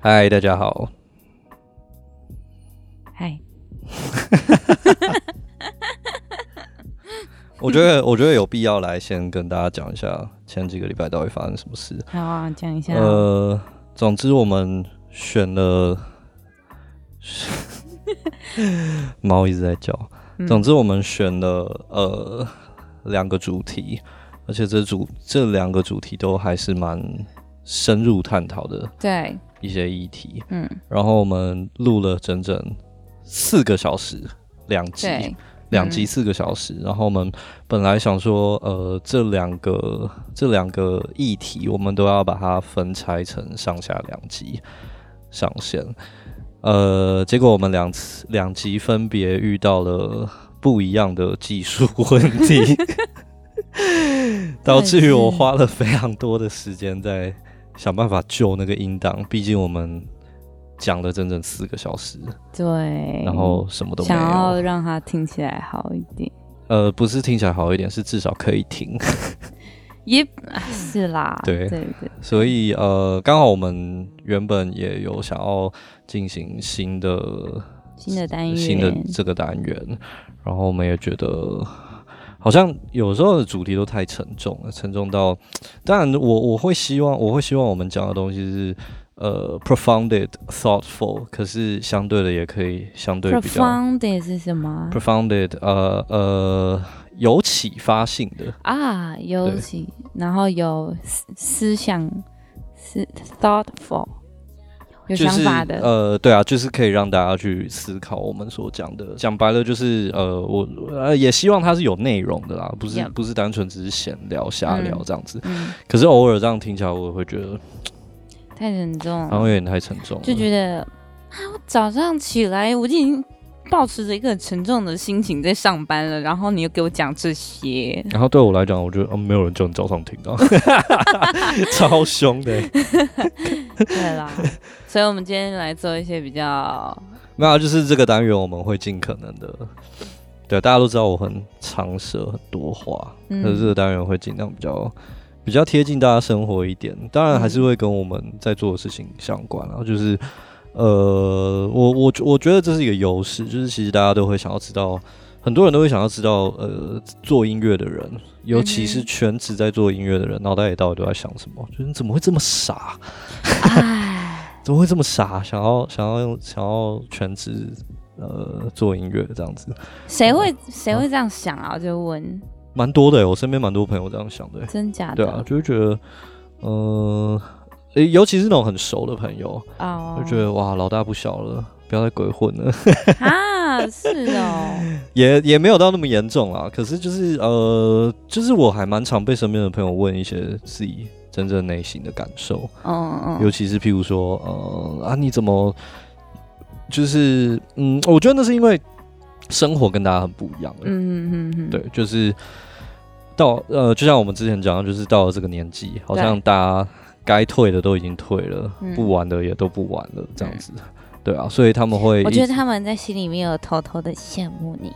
嗨，大家 好，嗨，我觉得我觉得有必要来先跟大家讲一下前几个礼拜到底发生什么事。好啊，讲一下。呃，总之我们选了， 猫一直在叫。嗯总之我们选了呃两个主题，而且这主这两个主题都还是蛮深入探讨的对，一些议题。嗯，然后我们录了整整四个小时，两集。对，两嗯集四个小时，然后我们本来想说，呃，这两个这两个议题，我们都要把它分拆成上下两集上线。呃，结果我们两次两集分别遇到了不一样的技术问题， 导致于我花了非常多的时间在想办法救那个音档，毕竟我们讲了整整四个小时，对，然后什么都没嗯想有要。让它听起来好一点，呃，不是听起来好一点，是至少可以听。 也啊是啦，嗯对对对，所以呃，刚好我们原本也有想要进行新的新的单元，新的这个单元，然后我们也觉得好像有时候的主题都太沉重了，沉重到，当然我我会希望我会希望我们讲的东西是呃 profounded thoughtful，可是相对的也可以相对比较 profound 是什么 profounded 呃呃有启发性的，啊？有对起，然后有思思想是 thoughtful，有就想是法的，呃，对啊，就是可以让大家去思考我们所讲的。讲白了，就是呃，我呃也希望它是有内容的啦，不是 Yep 不是单纯只是闲聊瞎聊嗯这样子。嗯，可是偶尔这样听起来，我也会觉得太沉重好像了，有点太沉重了。就觉得啊，我早上起来我已经。保持着一个很沉重的心情在上班了，然后你又给我讲 这些，然后对我来讲，我觉得嗯、没有人叫你早上听 到， 超凶的欸、对啦，所以我们今天来做一些比较没有啊，就是这个单元我们会尽可能的，对啊，大家都知道我很长舌，很多话，嗯可是这个单元会尽量比较比较贴近大家生活一点，当然还嗯是会跟我们在做的事情相关啊，就是呃，我我我觉得这是一个优势，就是其实大家都会想要知道，很多人都会想要知道，呃，做音乐的人，尤其是嗯哼全职在做音乐的人，脑袋里到底都在想什么？就是你怎么会这么傻？ 唉，怎么会这么傻？想要想要用想要全职呃做音乐这样子，谁会嗯谁会这样想啊？我就问，蛮多的欸。我身边蛮多朋友这样想的欸，真假对的？啊，就会觉得，呃，诶尤其是那种很熟的朋友，哦就啊觉得哇，老大不小了，不要再鬼混了， 啊，是哦，也也没有到那么严重啦。可是就是呃，就是我还蛮常被身边的朋友问一些自己真正内心的感受，嗯尤嗯，其是譬如说，呃啊，你怎么就是嗯，我觉得那是因为生活跟大家很不一样了。嗯嗯嗯，对，就是到呃，就像我们之前讲的，就是到了这个年纪，好像大家该退的都已经退了，嗯不玩的也都不玩了，这样子。对啊，所以他们会一，我觉得他们在心里面有偷偷的羡慕你，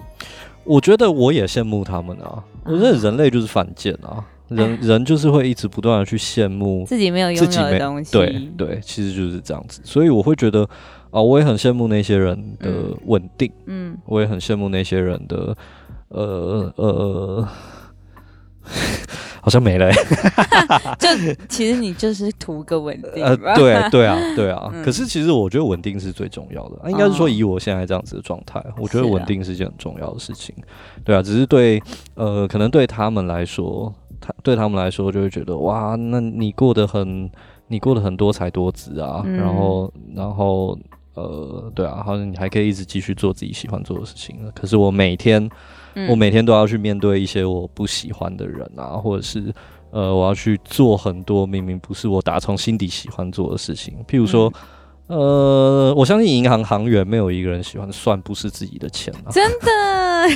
我觉得我也羡慕他们啊。我觉得人类就是犯贱啊，哎人人就是会一直不断的去羡慕自己没有拥自己有没的东西，对对，其实就是这样子。所以我会觉得啊、我也很羡慕那些人的嗯稳定，嗯，我也很羡慕那些人的呃呃， 好像没了欸、就其实你就是图个稳定，呃，对对 啊，对啊。嗯可是其实我觉得稳定是最重要的，啊应该是说哦以我现在这样子的状态，我觉得是啊稳定是一件很重要的事情。对啊，只是对呃，可能对他们来说，他对他们来说就会觉得哇，那你过得很，你过得很多才多姿啊，嗯然后然后。呃，对啊，好像你还可以一直继续做自己喜欢做的事情。可是我每天嗯我每天都要去面对一些我不喜欢的人啊，或者是呃，我要去做很多明明不是我打从心底喜欢做的事情。譬如说，嗯呃，我相信银行行员没有一个人喜欢算不是自己的钱 啊， 真的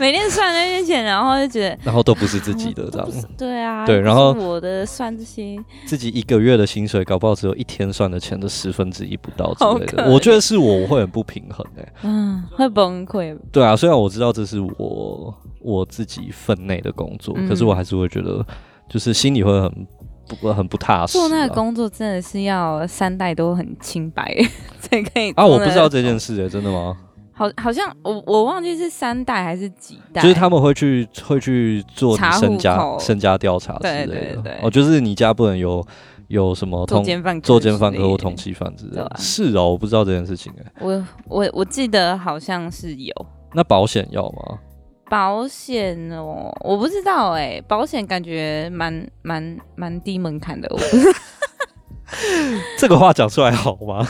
每天算那些钱，然后就觉得。然后都不是自己的这都样不，是对啊，对不然是后我的算这些，自己一个月的薪水搞不好只有一天算的钱的十分之一不到好之类可的。怜我觉得是我，我会很不平衡哎、嗯，会崩溃。对啊，虽然我知道这是我我自己分内的工作，嗯可是我还是会觉得，就是心里会很不过很不踏实、啊。做那个工作真的是要三代都很清白 才可以啊，做我不那知道个这件事、欸，真的吗？好，好像我我忘记是三代还是几代，就是他们会去会去做查你身户家口身家调查之类对的对对哦，就是你家不能有有什么做通奸犯科作奸犯之科或类的通缉犯之类对的啊。是哦，我不知道这件事情哎。我我我记得好像是有那保险要吗？保险哦，我不知道哎、保险感觉蛮蛮蛮低门槛的，我 不是这个话讲出来好吗？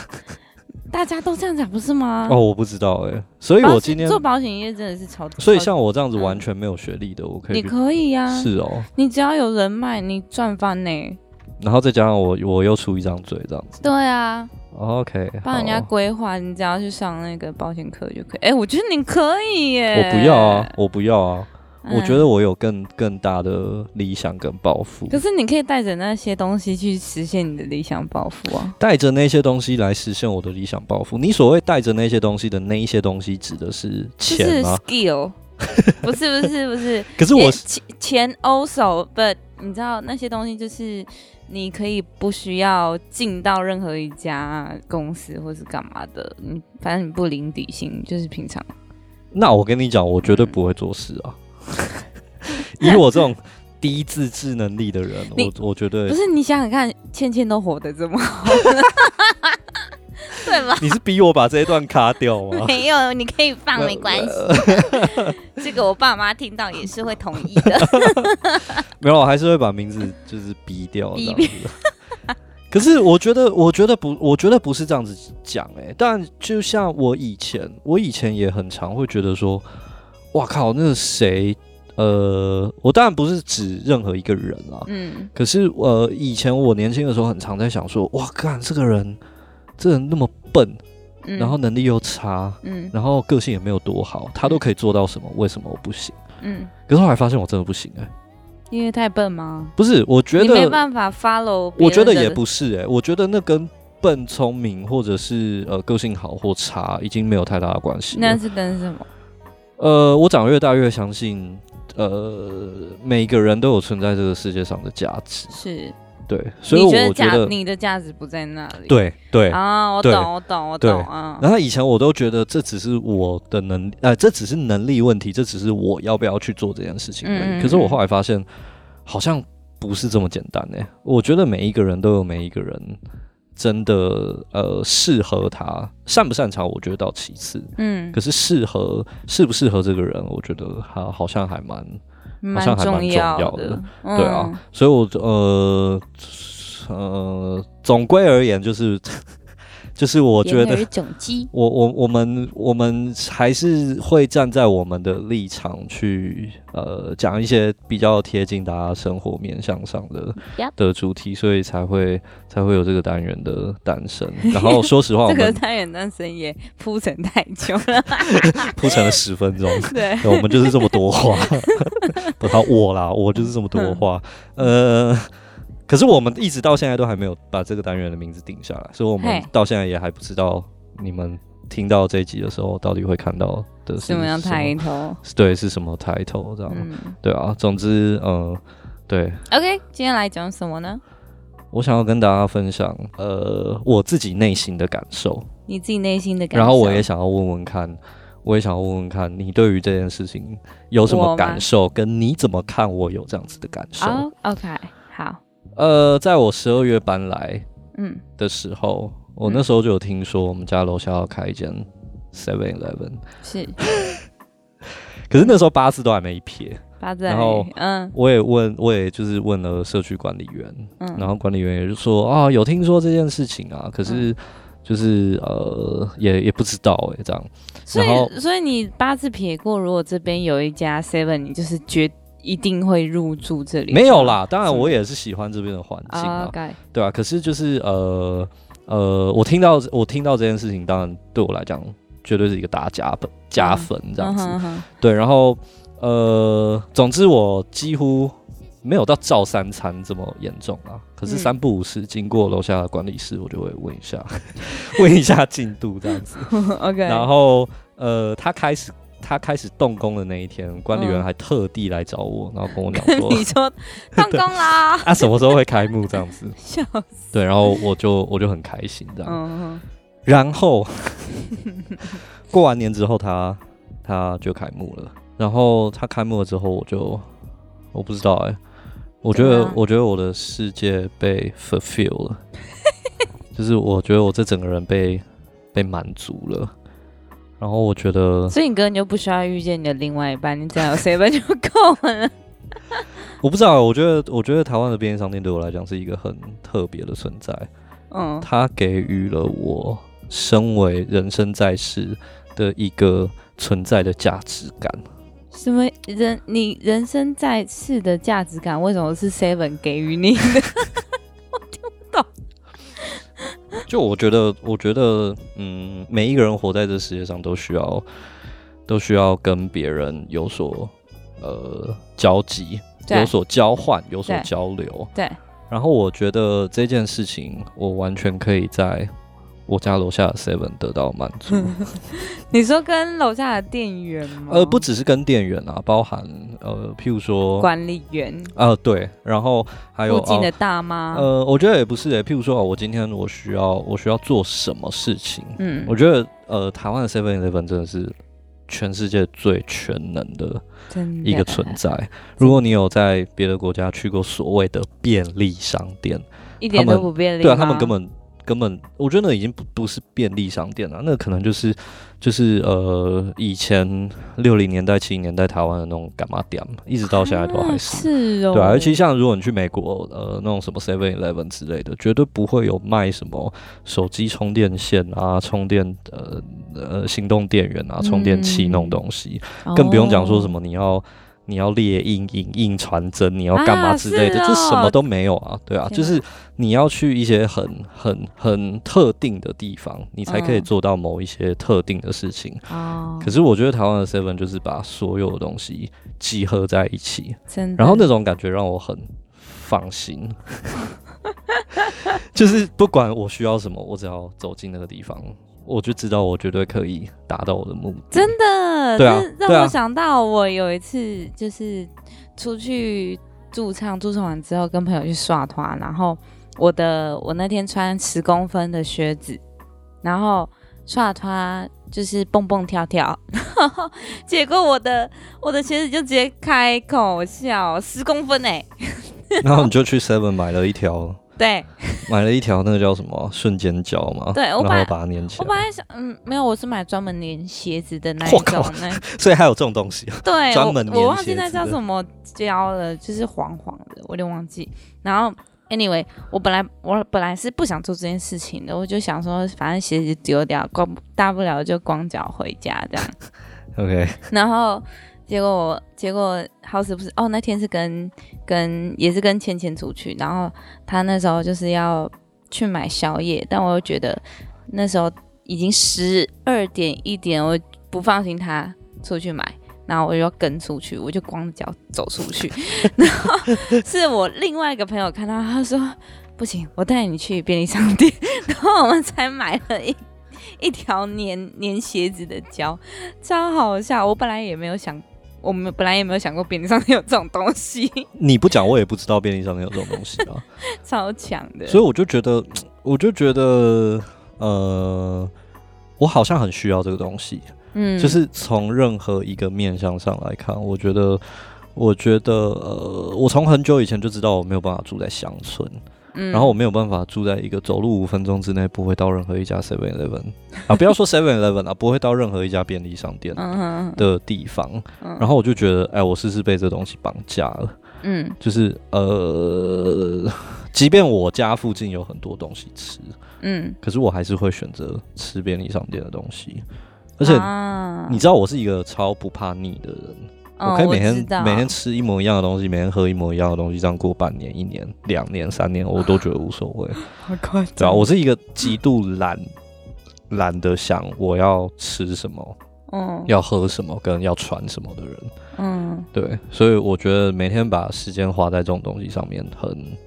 大家都这样讲不是吗？哦，，我不知道哎。所以我今天做，啊保险业真的是超，所以超像我这样子嗯完全没有学历的，我可以你去可以啊呀、是哦。你只要有人脉，你赚翻呢、然后再加上我我又出一张嘴这样子。对啊， OK，帮人家好规划，你只要去上那个保险课就可以。哎、我觉得你可以耶！我不要啊，我不要啊。嗯我觉得我有更更大的理想跟抱负。可是你可以带着那些东西去实现你的理想抱负啊。带着那些东西来实现我的理想抱负。你所谓带着那些东西的那一些东西，指的是就钱是吗？ skill，不是不是不是，可是也我是钱钱 also，but 你知道那些东西就是你可以不需要进到任何一家公司或是干嘛的，你反正你不领底薪，就是平常。那我跟你讲，我绝对不会做事啊。 以我这种低自制能力的人，嗯你我我绝对不是你想想看，倩倩都活得这么好， 对吧？你是逼我把这一段卡掉吗？没有，你可以放，没关 系。这个我爸妈听到也是会同 意的。没有，我还是会把名字就是逼掉这逼样子。可是我觉得，我觉得不，我觉得不是这样子讲哎、但就像我以前，我以前也很常会觉得说，哇靠，那个谁，呃，我当然不是指任何一个人啊，嗯，可是呃，以前我年轻的时候，很常在想说，哇，干这个人，这人那么笨，嗯然后？能力又差，嗯然后个性也没有多好，他都可以做到什么，为什么我不行？嗯，可是后来发现我真的不行哎、因为太笨吗？不是，我觉你没得办法 follow，别我觉得人也的不是哎、我觉得那跟笨、聪明或者是呃个性好或差已经没有太大的关系了。那是跟什么？呃，我长越大越相信，呃，每个人都有存在这个世界上的价值。是，对，所以我你觉觉得价得，你的价值不在那里。对对。啊，我对懂，我懂，我对懂啊。然后以前我都觉得这只是我的能，呃，这只是能力问题，这只是我要不要去做这件事情而已。嗯嗯可是我嗯后来发现，好像不是这么简单呢、我觉得每一个人都有每一个人真的呃适合他，擅不擅长，我觉得到其次。嗯可，是适合适不适合这个人，我觉得他好像还蛮蛮像还蛮重要要的的。对啊嗯，所以我呃呃，总归而言就是 就是我觉言得而总之，我我我们我们还是会站在我们的立场去呃讲一些比较贴近大家生活面向上的 Yep 的主题，所以才会才会有这个单元的诞 生。然后说实话，我这个们单元单身也铺陈太久了。铺陈了十分钟。 对，对我们就是这么多话， 不到我啦，我就是这么多嗯话。呃，可是我们一直到现在都还没有把这个单元的名字定下来，所以我们嘿到现在也还不知道你们听到这一集的时候到底会看到的是怎么样什抬头？对，是什么抬头这样？嗯对啊，总之，呃，对，OK，今天来讲什么呢？我想要跟大家分享，呃，我自己内心的感受，你自己内心的感受。然后我也想要问问看。我也想要问问看你对于这件事情有什我么吗感受，跟你怎么看我有这样子的感受？哦，OK，好，呃，在我十二月搬来嗯的时候，我那时候就有听说我们家楼下要开一间 Seven Eleven，是可是那时候八字都还没撇。八字然后还，嗯我也问，我也就是问了社区管理员，嗯，然后管理员也就说啊，有听说这件事情啊，可嗯是就是呃，也也不知道哎、这样。所然后以所以你八字撇过，如果这边有一家 Seven，你就是绝一定会入住这里。没有啦，当然是我也是喜欢这边的环境嗯啊啊， ，OK，对啊，可是就是呃呃，我听到我听到这件事情，当然对我来讲绝对是一个大加分加分这样子。嗯哼哼对，然后呃，总之我几乎没有到照三餐这么严重啊。可是嗯三不五时经过楼下的管理室，我就会问一 下，问一下进度这样子。嗯 OK，然后呃，他开始他开始动工的那一天，管理员嗯还特地来找我，然后跟我讲说 你说动工啦，啊什么时候会开幕这样子。 笑死。对，然后我就我就很开心 这样。嗯，然后过完年之后他，他就开幕了。然后他开幕了之后，我就我不知道哎、我觉怎得、么了我觉得我的世界被 fulfill 了， 就是我觉得我这整个人被被满足了。然后我觉得所以你根本就不需要遇见你的另外一半，你只要 有 seven 就够了。我不知道，我觉得我觉得台湾的便利商店对我来讲是一个很特别的存在，嗯，它给予了我身为人生在世的一个存在的价值感。什么人？你人生在世的价值感为什么是 seven 给 予你的？就我觉得，我觉得，嗯，每一个人活在这世界上都需要，都需要跟别人有所呃交集，对啊有所交换，有所对交流。对。然后我觉得这件事情，我完全可以在我家楼下的 Seven 得到满足，嗯你说跟楼下的店员吗？呃，不只是跟店员啊，包含呃，譬如说，管理员，啊，对，然后还有附近哦的大妈。呃，我觉得也不是诶、譬如说，哦我今天我需要我需要做什么事情，嗯我，觉得呃，台湾的 Seven Eleven 真的是全世界最全能的真的一个存在。 如果你有在别的国家去过所谓的便利商店，一点都不便利。对啊，他们根。本根本，我觉得那已经不不是便利商店了，那可能就是就是呃，以前六零年代、七零年代台湾的那种干妈店，一直到现在都还是。是哦，对啊，尤其像如果你去美国，呃，那种什么 Seven Eleven 之类的，绝对不会有卖什么手机充电线啊、充电呃呃行动电源嗯啊、充电器那种东西，哦更不用讲说什么么你要你要猎鹰、影印传真，你要干嘛啊之类的，是这什么哦都没有啊。对啊，天就是你要去一些很很很特定的地方，你才可以嗯做到某一些特定的事情。哦，可是我觉得台湾的 Seven 就是把所有的东西集合在一起。真的。然后那种感觉让我很放心， 就是不管我需要什么，我只要走进那个地方，我就知道我绝对可以达到我的目的。真的，对啊对这让啊我想到我有一次就是出去驻唱，驻唱完之后跟朋友去耍团，然后我的我那天穿十公分的靴子，然后耍团就是蹦蹦跳跳， 然后结果我的我的鞋子就直接开口笑十公分哎、然后你就去 Seven 买了一条，对买了一条那个叫什么瞬间胶嘛，对然我后把把它粘起我本来。来想嗯没有，我是买专门连鞋子的那 一我靠种那所以还有这种东西啊，对，专我门粘我忘鞋记那子叫的什么胶了，就是黄黄的，我有点忘记。然后，anyway，我本来我本来是不想做这件事情的，我就想说，反正鞋子丢掉，光大不了就光脚回家这样。 ？OK， 然后结果我结果好死不死哦，那天是跟跟也是跟芊芊出去，然后她那时候就是要去买宵夜，但我又觉得那时候已经十二点一点，我不放心她出去买。然后我就跟出去，我就光脚走出去。然后是我另外一个朋友看到，他说：“不行，我带你去便利商店。” 然后我们才买了一一条粘粘鞋子的胶，超好笑！我本来也没有想，我们本来也没有想过便利商店有这种东西， 你不讲我也不知道便利商店有这种东西啊。超强的。所以我就觉得，我就觉得，呃，我好像很需要这个东西。嗯就是从任何一个面向上来看，我觉得，我觉得，呃，我从很久以前就知道我没有办法住在乡村，嗯然后我没有办法住在一个走路五分钟之内不会到任何一家 Seven Eleven 啊，不要说 Seven Eleven 啊，不会到任何一家便利商店嗯哼的地方。嗯然后我就觉得，哎，我是不是被这东西绑架了？嗯就是呃， 即便我家附近有很多东西吃，嗯，可是我还是会选择吃便利商店的东西，而且。啊你知道我是一个超不怕腻的人，嗯我可以每知天道每天吃一模一样的东西，每天喝一模一样的东西，这样过半年、一年、两年、三年，我都觉得无所 谓。好夸张对啊，我是一个极度懒懒得想我要吃什么、嗯要喝什么跟要穿什么的人。嗯对，所以我觉得每天把时间花在这种东西上面很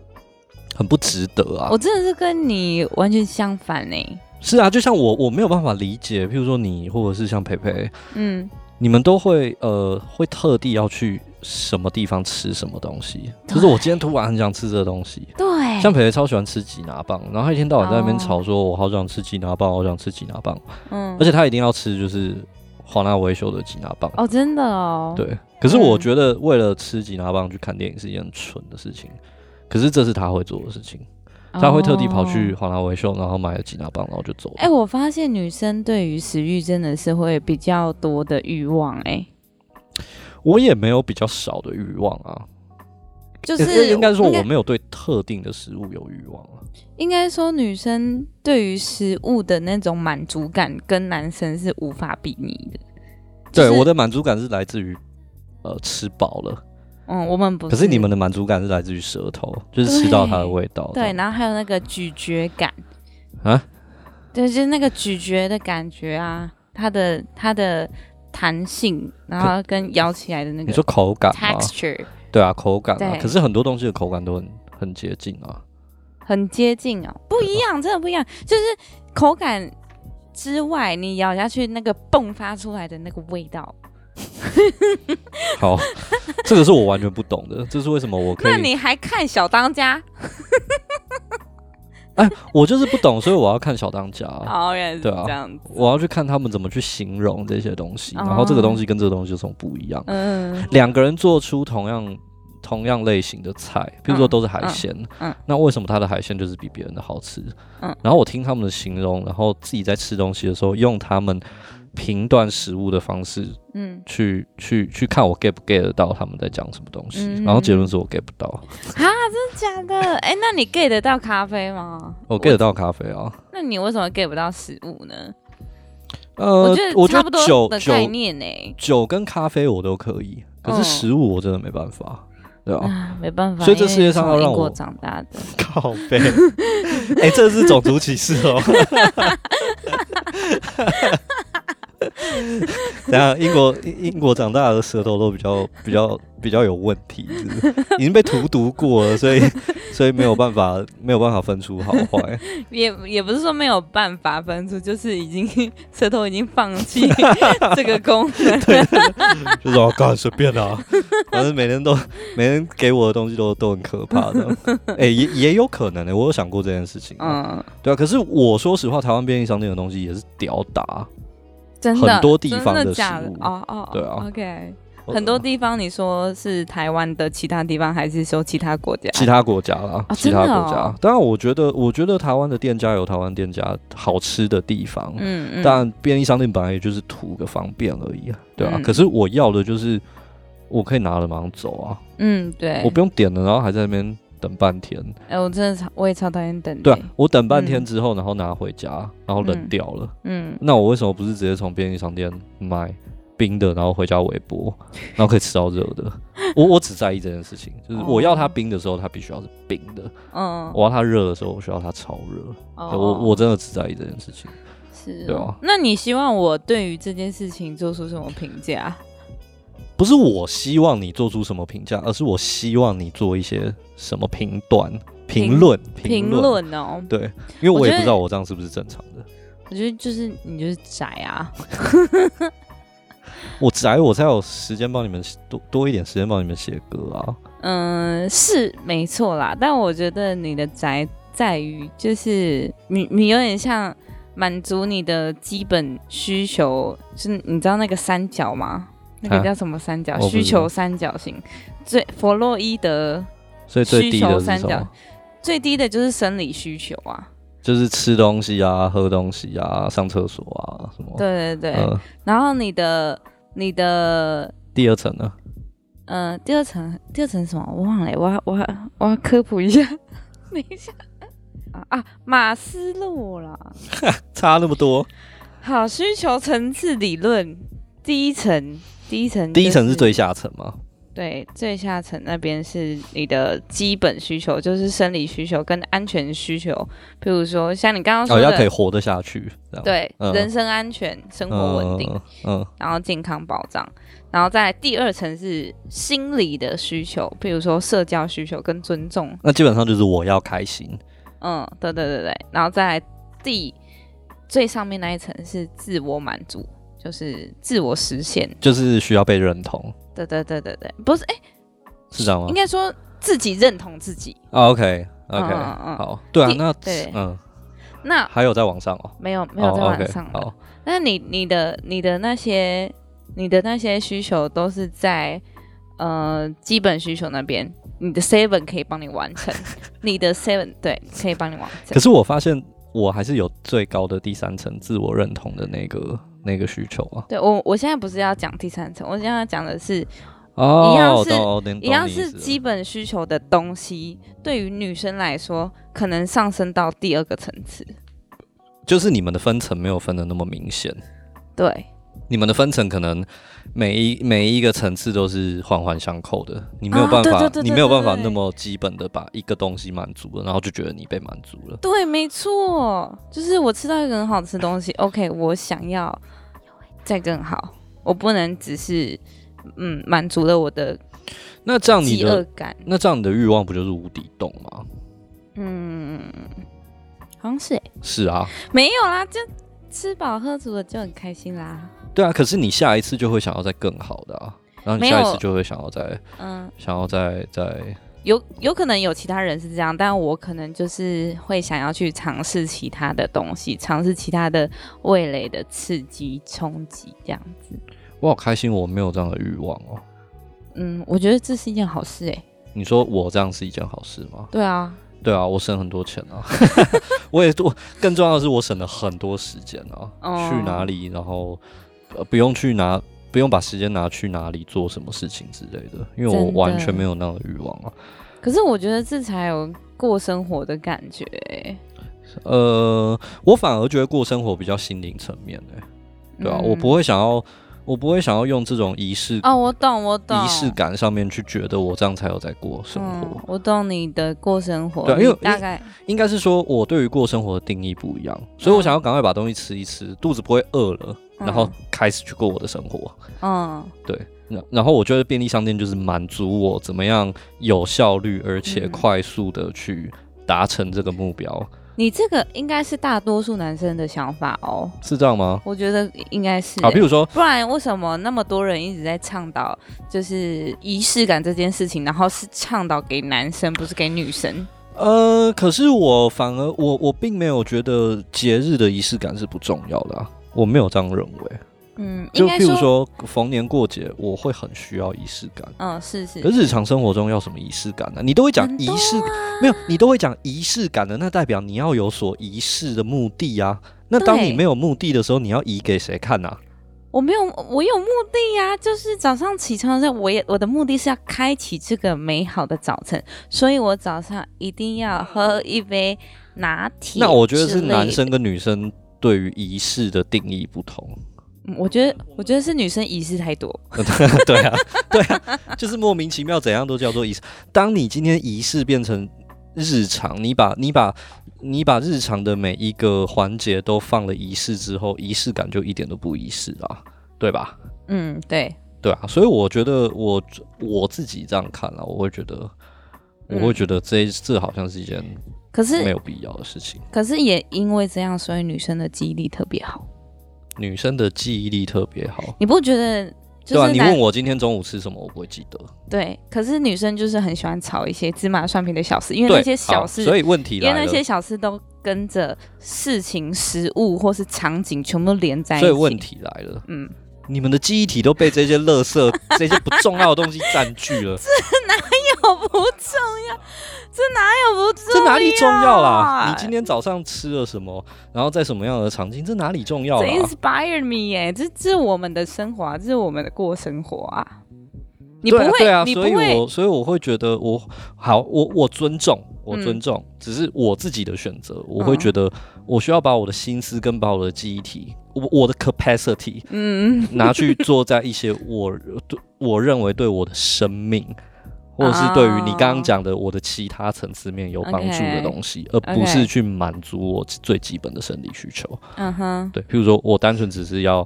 很不值得啊我。真的是跟你完全相反呢、欸是啊，就像我我没有办法理解，譬如说你或者是像佩佩，嗯，你们都会呃会特地要去什么地方吃什么东西？就是我今天突然很想吃这个东西，对，像培培超喜欢吃吉拿棒，然后他一天到晚在那边哦吵说，我好想吃吉拿棒，我好想吃吉拿棒，嗯而且他一定要吃就是华纳维修的吉拿棒。哦，真的哦，，对，可是我嗯觉得为了吃吉拿棒去看电影是一件很蠢的事情，可是这是他会做的事情，哦他会特地跑去。华纳维修，然后买了吉拿棒，然后就走了。哎、我发现女生对于食欲真的是会比较多的欲望、哎，我也没有比较少的欲望啊，就也是应该说我应该没有对特定的食物有欲望啊。应该说女生对于食物的那种满足感跟男生是无法比拟的。就是对，我的满足感是来自于呃吃饱了，嗯，我们不可是你们的满足感是来自于舌头，就是吃到它的味道。对，然后还有那个咀嚼感哦啊，对，就是那个咀嚼的感觉啊，它的它的弹性，然后跟咬起来的那你个说啊哦口感吗？ texture 对啊，口感啊。对可是很多东西的口感都很很接近啊。很接近哦，不一样，真的不一样，就是口感之外，你咬下去那个迸发出来的那个味道。好， 这个是我完全不懂的，这是为什么我可那以，你还看小当家？我就是不懂，所以我要看小当家啊、哦，原来是对啊这样子。我要去看他们怎么去形容这些东西，哦然后这个东西跟这个东西有什么不一样。嗯，两个人做出同样同样类型的菜，比如说都是海鲜，嗯嗯那为什么他的海鲜就是比别人的好吃？嗯然后我听他们的形容，然后自己在吃东西的时候，用他们评断食物的方式嗯，去去去看我 get 不 get 得到他们在讲什么东西，嗯然后结论是我 get 不到，真的假的？哎、那你 get 得到咖啡吗？我 get 得到咖啡啊。那你为什么 get 不到食物呢？呃我觉，得我觉差不得多酒的酒概念呢、欸酒跟咖啡我都可以，可是嗯食物我真的没办法，对啊。啊，没办法，所以这世界上因要为让从英国我长大的， 靠背，哎、这是种族歧视哦。 等一下，英国英英国长大的舌头都比较比较比较有问题，是不是已经被荼毒过了，所以所以没有办法没有办法分出好坏。 也也不是说没有办法分出，就是已经舌头已经放弃 这个功能。就是我干随便啦、 反正每天都每天给我的东西都都很可怕的。哎、也也有可能的、欸我有想过这件事情、嗯，对啊。可是我说实话，台湾便利商店的东西也是屌打，真的，很多地方真的的假食的物哦哦，对啊，OK。很多地方你说是台湾的其他地方，还是说其他国家？其他国家啦，啊其他真的国哦家。当然，我觉得，我觉得台湾的店家有台湾店家好吃的地方，嗯嗯，但便利商店本来也就是图个方便而已啊，对啊。嗯可是我要的就是我可以拿了马上走啊，嗯对，我不用点了，然后还在那边等半天。哎、我真的超我也超讨厌等的、对啊、我等半天嗯之后，然后拿回家，然后冷嗯掉了。嗯，那我为什么不是直接从便利商店买冰的，然后回家微波，然后可以吃到热的？我我只在意这件事情，就是我要它哦冰的时候，它必须要是冰的。嗯，我要它热的时候，我需要它超热。哦对我我真的只在意这件事情。是、哦，对啊那你希望我对于这件事情做出什么评价？不是我希望你做出什么评价，而是我希望你做一些什么评断、评论、评论。论哦，对，因为我我也觉不得知道我这样是不是正常的。我觉得就是你就是宅啊，我宅，我才有时间帮你们多多一点时间帮你们写歌啊。嗯，是没错啦，但我觉得你的宅在于就是你你有点像满足你的基本需求，就是你知道那个三角吗？那啊个叫什么三角？我不知道需求三角形，最弗洛伊德所以最需低求的是三什角么？最低的就是生理需求啊，就是吃东西啊、喝东西啊、上厕所啊什么。对对对，呃，然后你的你的第二层呢？呃第二层第二层是什么我忘了，我要我要我要科普一下， 等一下啊啊马斯洛啦，差那么多，好需求层次理论第一层第一层、第一层是最下层吗？对最下层那边是你的基本需求，就是生理需求跟安全需求，譬如说像你刚刚哦，说要可以的。活得下去，这样，对，嗯人身安全、生活稳定，嗯，嗯，然后健康保障，然后再来第二层是心理的需求，譬如说社交需求跟尊重，那基本上就是我要开心，嗯，对对对对，然后再来第最上面那一层是自我满足，就是自我实现。就是需要被认同，对对对对对，不是哎、是这样吗应？该说自己认同自己。啊，OK OK，嗯嗯嗯好，对啊，第那对嗯，那还有在网上哦，没有没有在哦网，OK，上的好，那你你的你的那些你的那些需求都是在呃基本需求那边，你的 seven 可以帮你完 成，你的 seven 对可以帮你完成可。是我发现我还是有最高的第三层自我认同的那个那个需求啊。对我我现在不是要讲第三层，我现在要讲的是哦，一样是懂懂懂一样你意是思了基本需求的东西，对于女生来说可能上升到第二个层次。就是你们的分层没有分的那么明显，对你们的分层可能每一每一个层次都是环环相扣的，你没有啊办对法，对对你对没有对办法对那么基本的把一个东西满足了，然后就觉得你被满足了。对，没错，就是我吃到一个很好吃的东西，OK，我想要再更好，我不能只是嗯满足了我的那这样你饥饿的感，那这样你的欲望不就是无底洞吗？嗯，好像是欸是啊，没有啦，就吃饱喝足了就很开心啦，对啊，可是你下一次就会想要再更好的啊，然后你没下一有次就会想要再嗯，想要再再有有可能有其他人是这样，但我可能就是会想要去尝试其他的东西，尝试其他的味蕾的刺激冲击这样子，我好开心，我没有这样的欲望哦。嗯，我觉得这是一件好事哎、你说我这样是一件好事吗？对啊，对啊，我省很多钱 啊，我也多。更重要的是，我省了很多时间啊，哦去哪里，然后、呃、不用去拿，不用把时间拿去哪里做什么事情之类的，因为我真的完全没有那样的欲望啊。可是我觉得这才有过生活的感觉欸、呃，我反而觉得过生活比较心灵层面的、对啊，嗯我不会想要，我不会想要用这种仪式、哦，我懂，我懂，仪式感上面去觉得我这样才有在过生活。嗯，我懂你的过生活，对啊因为你大概应该是说我对于过生活的定义不一样，所以我嗯想要赶快把东西吃一吃，肚子不会饿了，然后开始去过我的生活。嗯对，然然后我觉得便利商店就是满足我怎么样有效率而且嗯快速的去达成这个目标，你这个应该是大多数男生的想法哦，是这样吗？我觉得应该是啊，欸、比如说，不然为什么那么多人一直在倡导就是仪式感这件事情，然后是倡导给男生，不是给女生？呃，可是我反而我我并没有觉得节日的仪式感是不重要的、啊，我没有这样认为。嗯，就应该譬如说逢年过节，我会很需要仪式感。嗯，是是，可日常生活中要什么仪式感呢、你都会讲很仪多啊式，没有，你都会讲仪式感的，那代表你要有所仪式的目的啊。那当你对没有目的的时候，你要移给谁看啊？我没有，我有目的呀、就是早上起床的时候，我也我的目的是要开启这个美好的早晨，所以我早上一定要喝一杯拿铁之类的。那我觉得是男生跟女生对于仪式的定义不同。嗯，我觉得我觉得是女生仪式太多。 对啊，对啊，就是莫名其妙怎样都叫做仪式。当你今天仪式变成日常，你把你把你把日常的每一个环节都放了仪式之后，仪式感就一点都不仪式啊，对吧？嗯，对，对啊，所以我觉得我我自己这样看了，我会觉得，我嗯会觉得这这好像是一件可没是有必要的事情。可是也因为这样，所以女生的记忆力特别好。女生的记忆力特别好，你不觉得？就对啊，是你男问我今天中午吃什么，我不会记得。对，可是女生就是很喜欢吵一些芝麻蒜皮的小事，因为对，那些小好事所以问题因为来那了些。小事都跟着事情、食物或是场景全部连在一起。所以问，题来了， 嗯，你们的记忆体都被这些垃圾、 这些不重要的东西占据了，有不重要？这哪有不重要？啊这哪里重要啦？你今天早上吃了什么？然后在什么样的场景？这哪里重要这啦？ inspire me 哎、这这是我们的生活、啊，这是我们的过生活啊。你不对会，啊，对啊，你不所以会，我所以我会觉得我好，我我尊重，我嗯尊重，只是我自己的选择，我会嗯觉得我需要把我的心思跟把我的记忆体，我我的 capacity 嗯，拿去做在一些我 对我认为对我的生命，或者是对于你刚刚讲的我的其他层次面有帮助的 OK，东西，而不是去满足我最基本的生理需求。嗯哼，对，譬如说我单纯只是要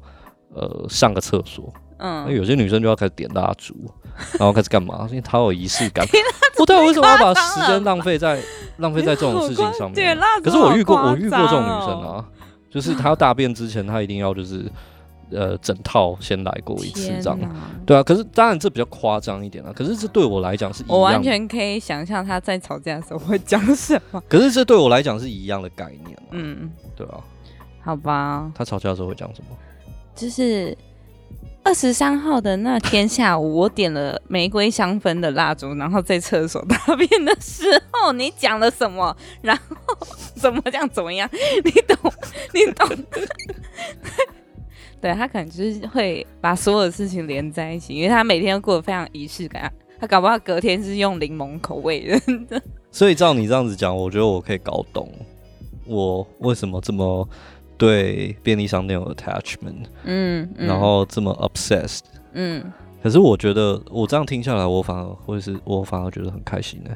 呃上个厕所，那嗯，有些女生就要开始点蜡烛，然后开始干 嘛？因为她有仪式感。我到底为什么要把时间浪费在浪费在这种事情 上面？哦啊可是我遇过，我遇过这种女生啊，就是她要大便之前，她一定要就是 呃整套先来过一次天这样。哪对啊，可是当然这比较夸张一点啊，可是这对我来讲是一我完样的，全可以想象他在吵架的时候会讲什么。可是这对我来讲是一样的概念、啊，嗯，对啊，好吧，他吵架的时候会讲什么？就是二十三号的那天下午，我点了玫瑰香氛的蜡烛，然后在厕所大便的时候，你讲了什么？ 然后怎么样怎么样？你懂？你懂？ 对他可能就是会把所有事情连在一起，因为他每天都过得非常仪式感。他搞不好隔天是用柠檬口味的，所以照你这样子讲，我觉得我可以搞懂我为什么这么对便利商店有 attachment，、 嗯，嗯然后这么 obsessed。嗯，可是我觉得我这样听下来，我反而会是我反而觉得很开心呢、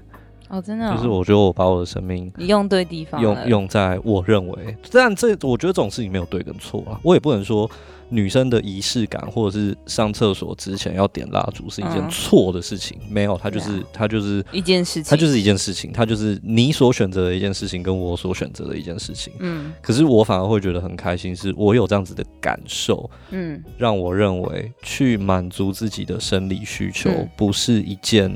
哦，真的哦、就是我觉得我把我的生命你用对地方了用用在我认为，但这我觉得这种事情没有对跟错啊，我也不能说女生的仪式感或者是上厕所之前要点蜡烛是一件嗯错的事情，没有，它就对啊是它就是一件事情，它就是一件事情，它就是你所选择的一件事情，跟我所选择的一件事情。嗯可是我反而会觉得很开心，是我有这样子的感受，嗯让我认为去满足自己的生理需求嗯不是一件。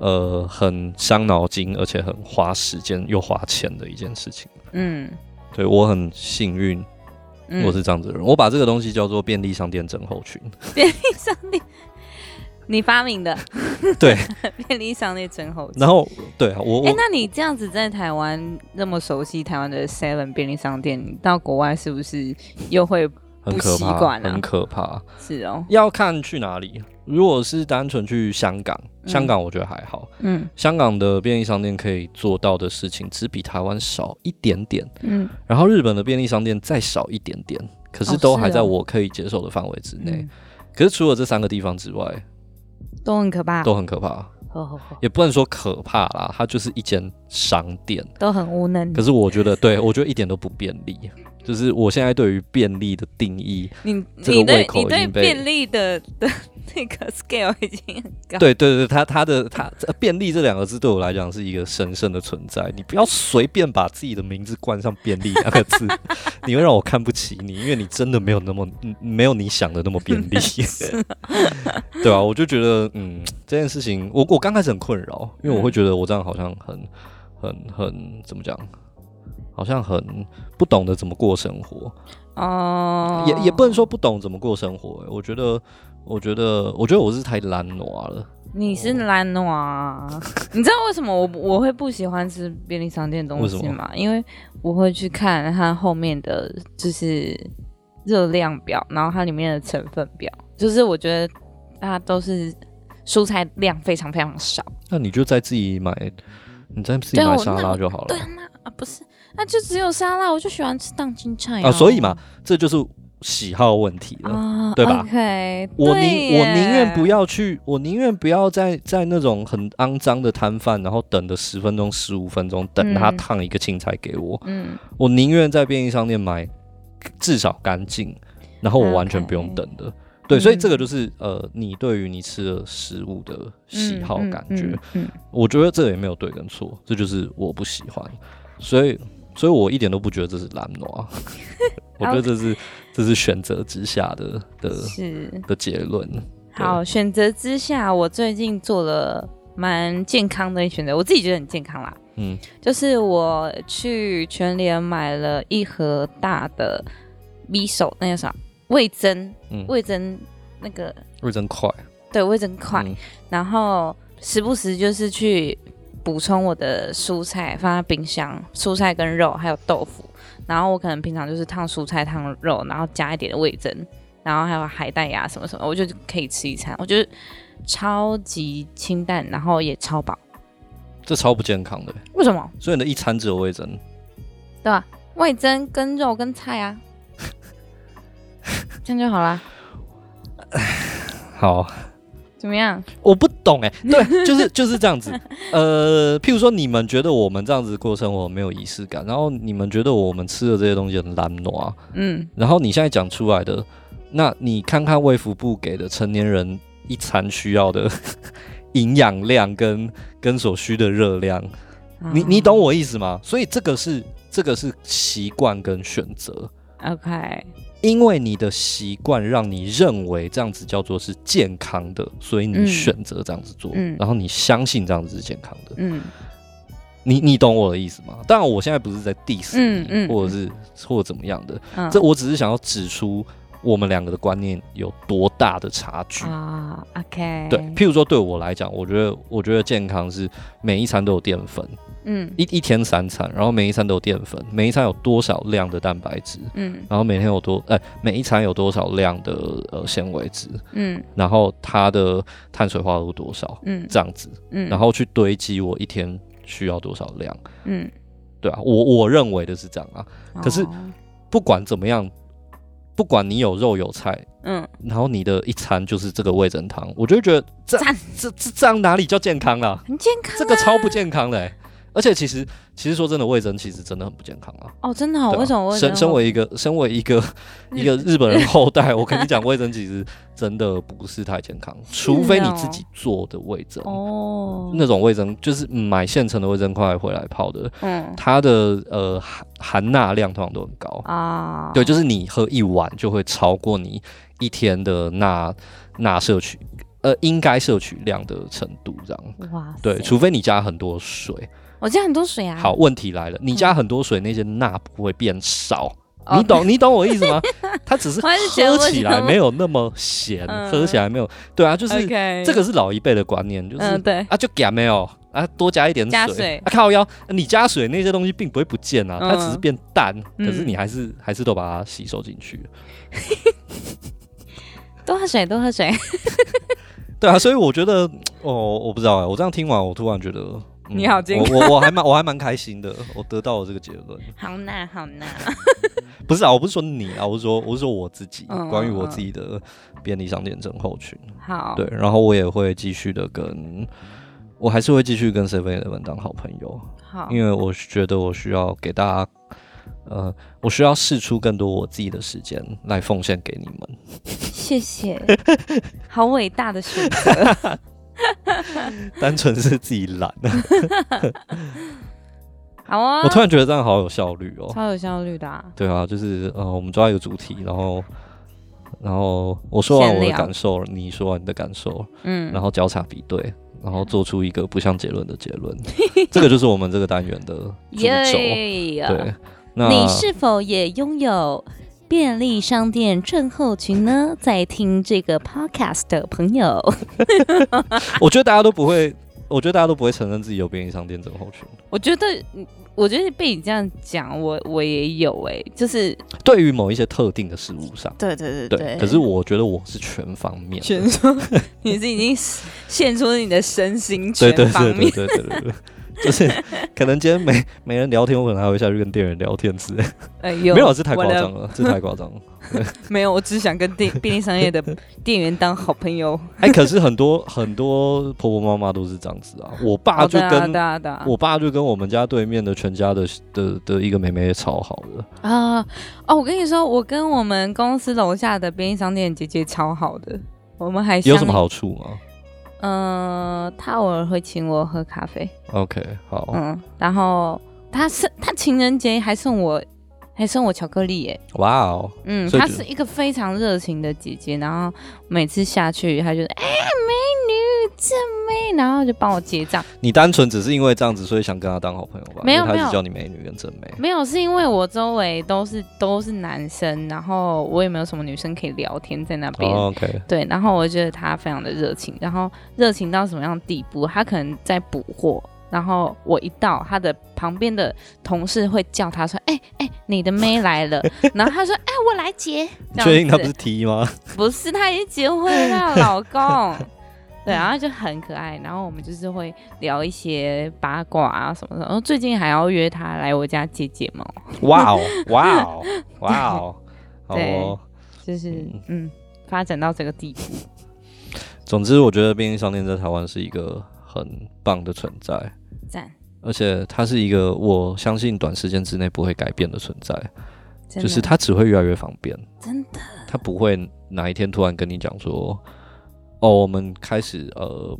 呃，很伤脑筋，而且很花时间又花钱的一件事情。嗯对我很幸运，嗯，我是这样子的人。我把这个东西叫做便利商店症候群。 上帝，你发明的 对， 便利商店真猴子。然后对啊我我、哎、那你这样子在台湾那么熟悉台湾的 Seven 便利商店，你到国外是不是又会很不可习惯怕，啊很可怕。是哦？要看去哪里。如果是单纯去香港，嗯香港我觉得还好。嗯香港的便利商店可以做到的事情只比台湾少一点点，嗯，然后日本的便利商店再少一点点，可是哦都是还在哦我可以接受的范围之内。嗯可是除了这三个地方之外，都很可怕，都很可怕，呵呵呵也不能说可怕啦，它就是一间商店。都很无能。可是我觉得，对我觉得一点都不便利。就是我现在对于便利的定义，你这个你对胃口你已对经被便利的的那个 scale 已经很高。对对对，它它的它这便利这两个字对我来讲是一个神圣的存在。你不要随便把自己的名字冠上便利两个字， 你会让我看不起你，因为你真的没有那么嗯没有你想的那么便利，对啊，我就觉得嗯这件事情，我我刚开始很困扰，因为我会觉得我这样好像很很很怎么讲，好像很不懂得怎么过生活。哦，也也不能说不懂怎么过生活、欸我觉得，我觉得，我觉得我是太懒惰了。你是懒惰啊！你知道为什么我我会不喜欢吃便利商店的东为西什吗？因为我会去看它后面的就是热量表，然后它里面的成分表，就是我觉得它都是蔬菜量非常非常少。那你就在自己买，你在自己对买我沙那拉我就好了对啊，那啊不是，那就只有沙拉，我就喜欢吃当青菜啊。所以嘛，这就是喜好问题了。啊，对吧 o k 我宁我宁愿不要去，我宁愿不要在在那种很肮脏的摊贩，然后等个十分钟、十五分钟，等他嗯烫一个青菜给我。嗯，我宁愿在便利商店买，至少干净，然后我完全 OK 不用等的。对，所以这个嗯就是呃，你对于你吃的食物的喜嗯好嗯感嗯觉。嗯我觉得这也没有对跟错，这就是我不喜欢，所以，所以我一点都不觉得这是懒惰，啊 我觉得这是这是选择之下的的是。的结论。对好，选择之下，我最近做了蛮健康的选择，我自己觉得很健康啦。嗯，就是我去全联买了一盒大的 V 手那叫啥味增，嗯味增那个味真快，对味增块，嗯然后时不时就是去补充我的蔬菜，放在冰箱，蔬菜跟肉还有豆腐。然后我可能平常就是烫蔬菜、烫肉，然后加一点的味增，然后还有海带芽什么什么，我就可以吃一餐。我觉得超级清淡，然后也超饱。这超不健康的，为什么？所以你的一餐只有味增。对吧？味增跟肉跟菜啊，这样就好啦。好，怎么样？我不懂哎、对， 就是就是这样子。呃，譬如说，你们觉得我们这样子过生活没有仪式感，然后你们觉得我们吃的这些东西很懒惰啊，嗯，然后你现在讲出来的，那你看看卫福部给的成年人一餐需要的 营养量跟跟所需的热量，你你懂我。我意思吗？所以这个是这个是习惯跟选择， OK，因为你的习惯让你认为这样子叫做是健康的，所以你嗯选择这样子做，嗯然后你相信这样子是健康的。嗯你你懂我的意思吗？当然，我现在不是在 diss 你，嗯嗯或者是或者怎么样的，嗯，这我只是想要指出我们两个的观念有多大的差距。啊，OK，对，譬如说对我来讲，我觉得我觉得健康是每一餐都有淀粉，嗯一一天三餐，然后每一餐都有淀粉，每一餐有多少量的蛋白质，嗯然后每天有多哎、每一餐有多少量的呃纤维质，嗯然后它的碳水化合物多少，嗯这样子，嗯，然后去堆积我一天需要多少量，嗯，对啊，我我认为的是这样啊。可是哦不管怎么样，不管你有肉有菜，嗯，然后你的一餐就是这个味噌汤，我就会觉得这赞这这这样哪里叫健康 啊？很健康这个超不健康的、欸。而且其实，其实说真的，味噌其实真的很不健康啊。哦，真的哦，对啊为什么？身身为一个身为一个一个日本人后代， 我跟你讲，味噌其实真的不是太健康，除非你自己做的味噌。哦，那种味噌就是嗯买现成的味噌块回来泡的，嗯它的呃含含钠量通常都很高。啊，对，就是你喝一碗就会超过你一天的钠钠摄取，呃，应该摄取量的程度这样。哇塞，对，除非你加很多水。我加很多水啊，好，，问题来了，你加很多水，那些钠不会变少。哦你 懂你懂我意思吗？它只是我还是觉得喝为起什来么没有那么咸，嗯喝起来没有对啊，就是这这个是老一辈的观念，就是、嗯对啊就给没有啊多加一点加水水啊靠腰，你加水那些东西并不会不见啊，它只是嗯变淡，可是嗯你还是还是都把它吸收进去。多喝水，多 喝水，对啊，所以我觉得，哦，我不知道哎、我这样听完，我突然觉得、嗯你好健我 我我还蛮我还蛮开心的，我得到了这个结论。好呐好 呐，不是啊，我不是说你啊，我是说我是说我自己，嗯关于我自己的便利商店症候群。好，对，然后我也会继续的跟，我还是会继续跟 Seven Eleven 当好朋友，好，因为我是觉得我需要给大家。呃，我需要试出更多我自己的时间来奉献给你们。谢谢，好伟大的选择，单纯是自己懒，啊好啊我，突然觉得这样好有效率哦。超有效率的啊，对啊，就是呃，我们抓一个主题，然后然后我说完闲我的聊感受，你说完你的感受，嗯，然后交叉比对，然后做出一个不像结论的结论。这个就是我们这个单元的主轴。耶对，那你是否也拥有便利商店症候群呢？在听这个 podcast 的朋友，我觉得大家都不会，我觉得大家都不会承认自己有便利商店症候群。我觉得，嗯我觉得被你这样讲，我我也有哎、就是对于某一些特定的事物上，对对对，可是我觉得我是全方面的。全 说你是已经献出你的身心对全对方对对面，对对对对，就是可能今天没没人聊天，我可能还会下去跟店员聊天之类。哎呦没有，这太夸，我张的 了，这太夸张了。没有，我只想跟店便利商店的店员当好朋友。哎、可是很多很多婆婆妈妈都是这样 子啊，我爸好就的啊跟对啊对啊我爸就跟我们家对面的全家的的的一个妹妹超好的，啊哦，我跟你说，我跟我们公司楼下的便利商店姐姐超好的，我们还有什么相好处吗嗯，他偶尔会请我喝咖啡， ？OK，好，嗯，然后他是他情人节还送我还送我巧克力耶，哇哦，嗯，所以她就是一个非常热情的姐姐，然后每次下去她就哎、美女正妹，然后就帮我结账，你单纯只是因为这样子，所以想跟她当好朋友吧？没有因为她没只有叫你美女跟正妹。没有是因为我周围都是都是男生，然后我也没有什么女生可以聊天在那边，哦 OK，对，然后我觉得他非常的热情，然后热情到什么样的地步？他可能在补货，然后我一到，他的旁边的同事会叫他说：“哎、哎、你的妹来 了。”然后他说：“哎、我来结。”你这样确定她子不是 T 吗？不是，他已经结婚了，她有老公。对，然后就很可爱，然后我们就是会聊一些八卦啊什么的。然后最近还要约他来我家解解毛，哇哦，哇哦，哇 哦，好哦。就是嗯嗯，发展到这个地步。总之，我觉得便利商店在台湾是一个很棒的存在，赞，而且它是一个我相信短时间之内不会改变的存在。真就是的它只会越来越方便，真的它不会哪一天突然跟你讲说，哦，我们开始呃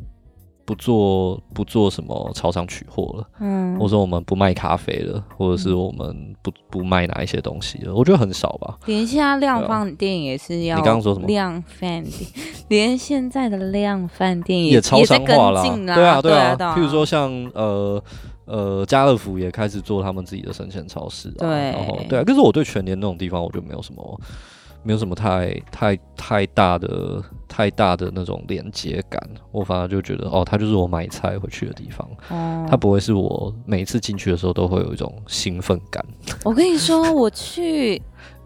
不做不做什么超商取货了，嗯，或者说我们不卖咖啡了，或者是我们不不卖哪一些东西了，我觉得很少吧。连现在对量啊饭店也是要，你刚刚说什么量饭店， 连现在的量饭店也超超在商跟化啦，进对啊，对啊。对啊譬如说像呃呃家乐福也开始做他们自己的生鲜超市、啊，对然后对啊，可是我对全年那种地方我就没有什么没有什么太太太大的太大的那种连接感，我反而就觉得哦，它就是我买菜回去的地方，哦，它不会是我每次进去的时候都会有一种兴奋感。我跟你说，我去，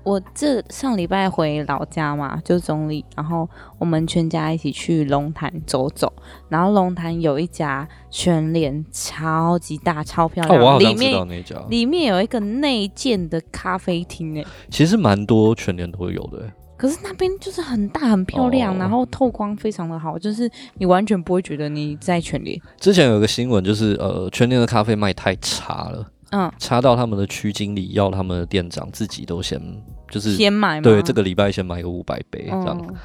我这上礼拜回老家嘛，就中立，然后我们全家一起去龙潭走走，然后龙潭有一家全联超级大、超漂哦，我亮，好里像知道面那一家，里面有一个内建的咖啡厅诶，其实蛮多全年都会有的、欸可是那边就是很大、很漂亮，哦然后透光非常的好，就是你完全不会觉得你在全联，之前有个新闻就是呃全年的咖啡卖太差了。嗯，插到他们的区经理要他们的店长自己都先就是先买吗？对这个礼拜先买个五百杯这样，嗯，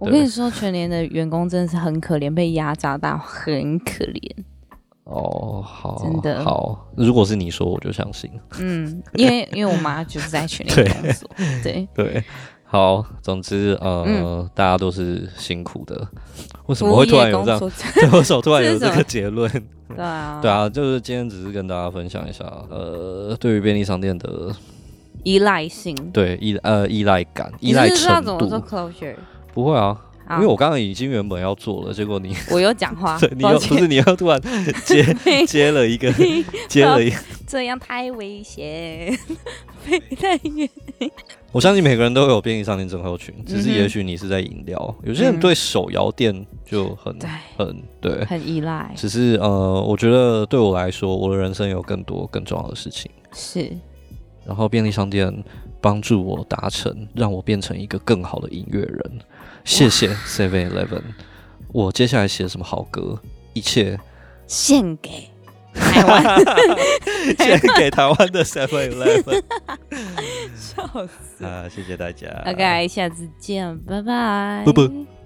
我跟你说，全联的员工真的是很可怜，被压榨到很可怜。哦好真的好，如果是你说我就相信， 嗯，因为因为我妈就是在全联工作，对，对，好，总之呃、嗯大家都是辛苦的，为什么服务会突业然有工这样？作 对，为什么突然有这是这什个么结论？对 啊，对，啊，就是今天只是跟大家分享一下，呃，对于便利商店的依赖性，对依呃依赖感、依你是赖不知道程怎么度说，closure，不会啊，好因为我刚刚已经原本要做了，结果你我又讲 话对，你啊抱又不歉，是你又突然接 没接了一个接了一个，这样太危险， 飞太 远，我相信每个人都有便利商店症候群，只是嗯哼也许你是在饮料，有些人嗯对手摇店就很对，很对，很依赖，只是呃，我觉得对我来说，我的人生有更多更重要的事情，是，然后便利商店帮助我达成，让我变成一个更好的音乐人，谢谢 Seven Eleven，我接下来写什么好歌，一切 献 给台湾，献给台湾 的 Seven Eleven 笑死。啊，谢谢大家 OK，下次见，拜拜，拜拜。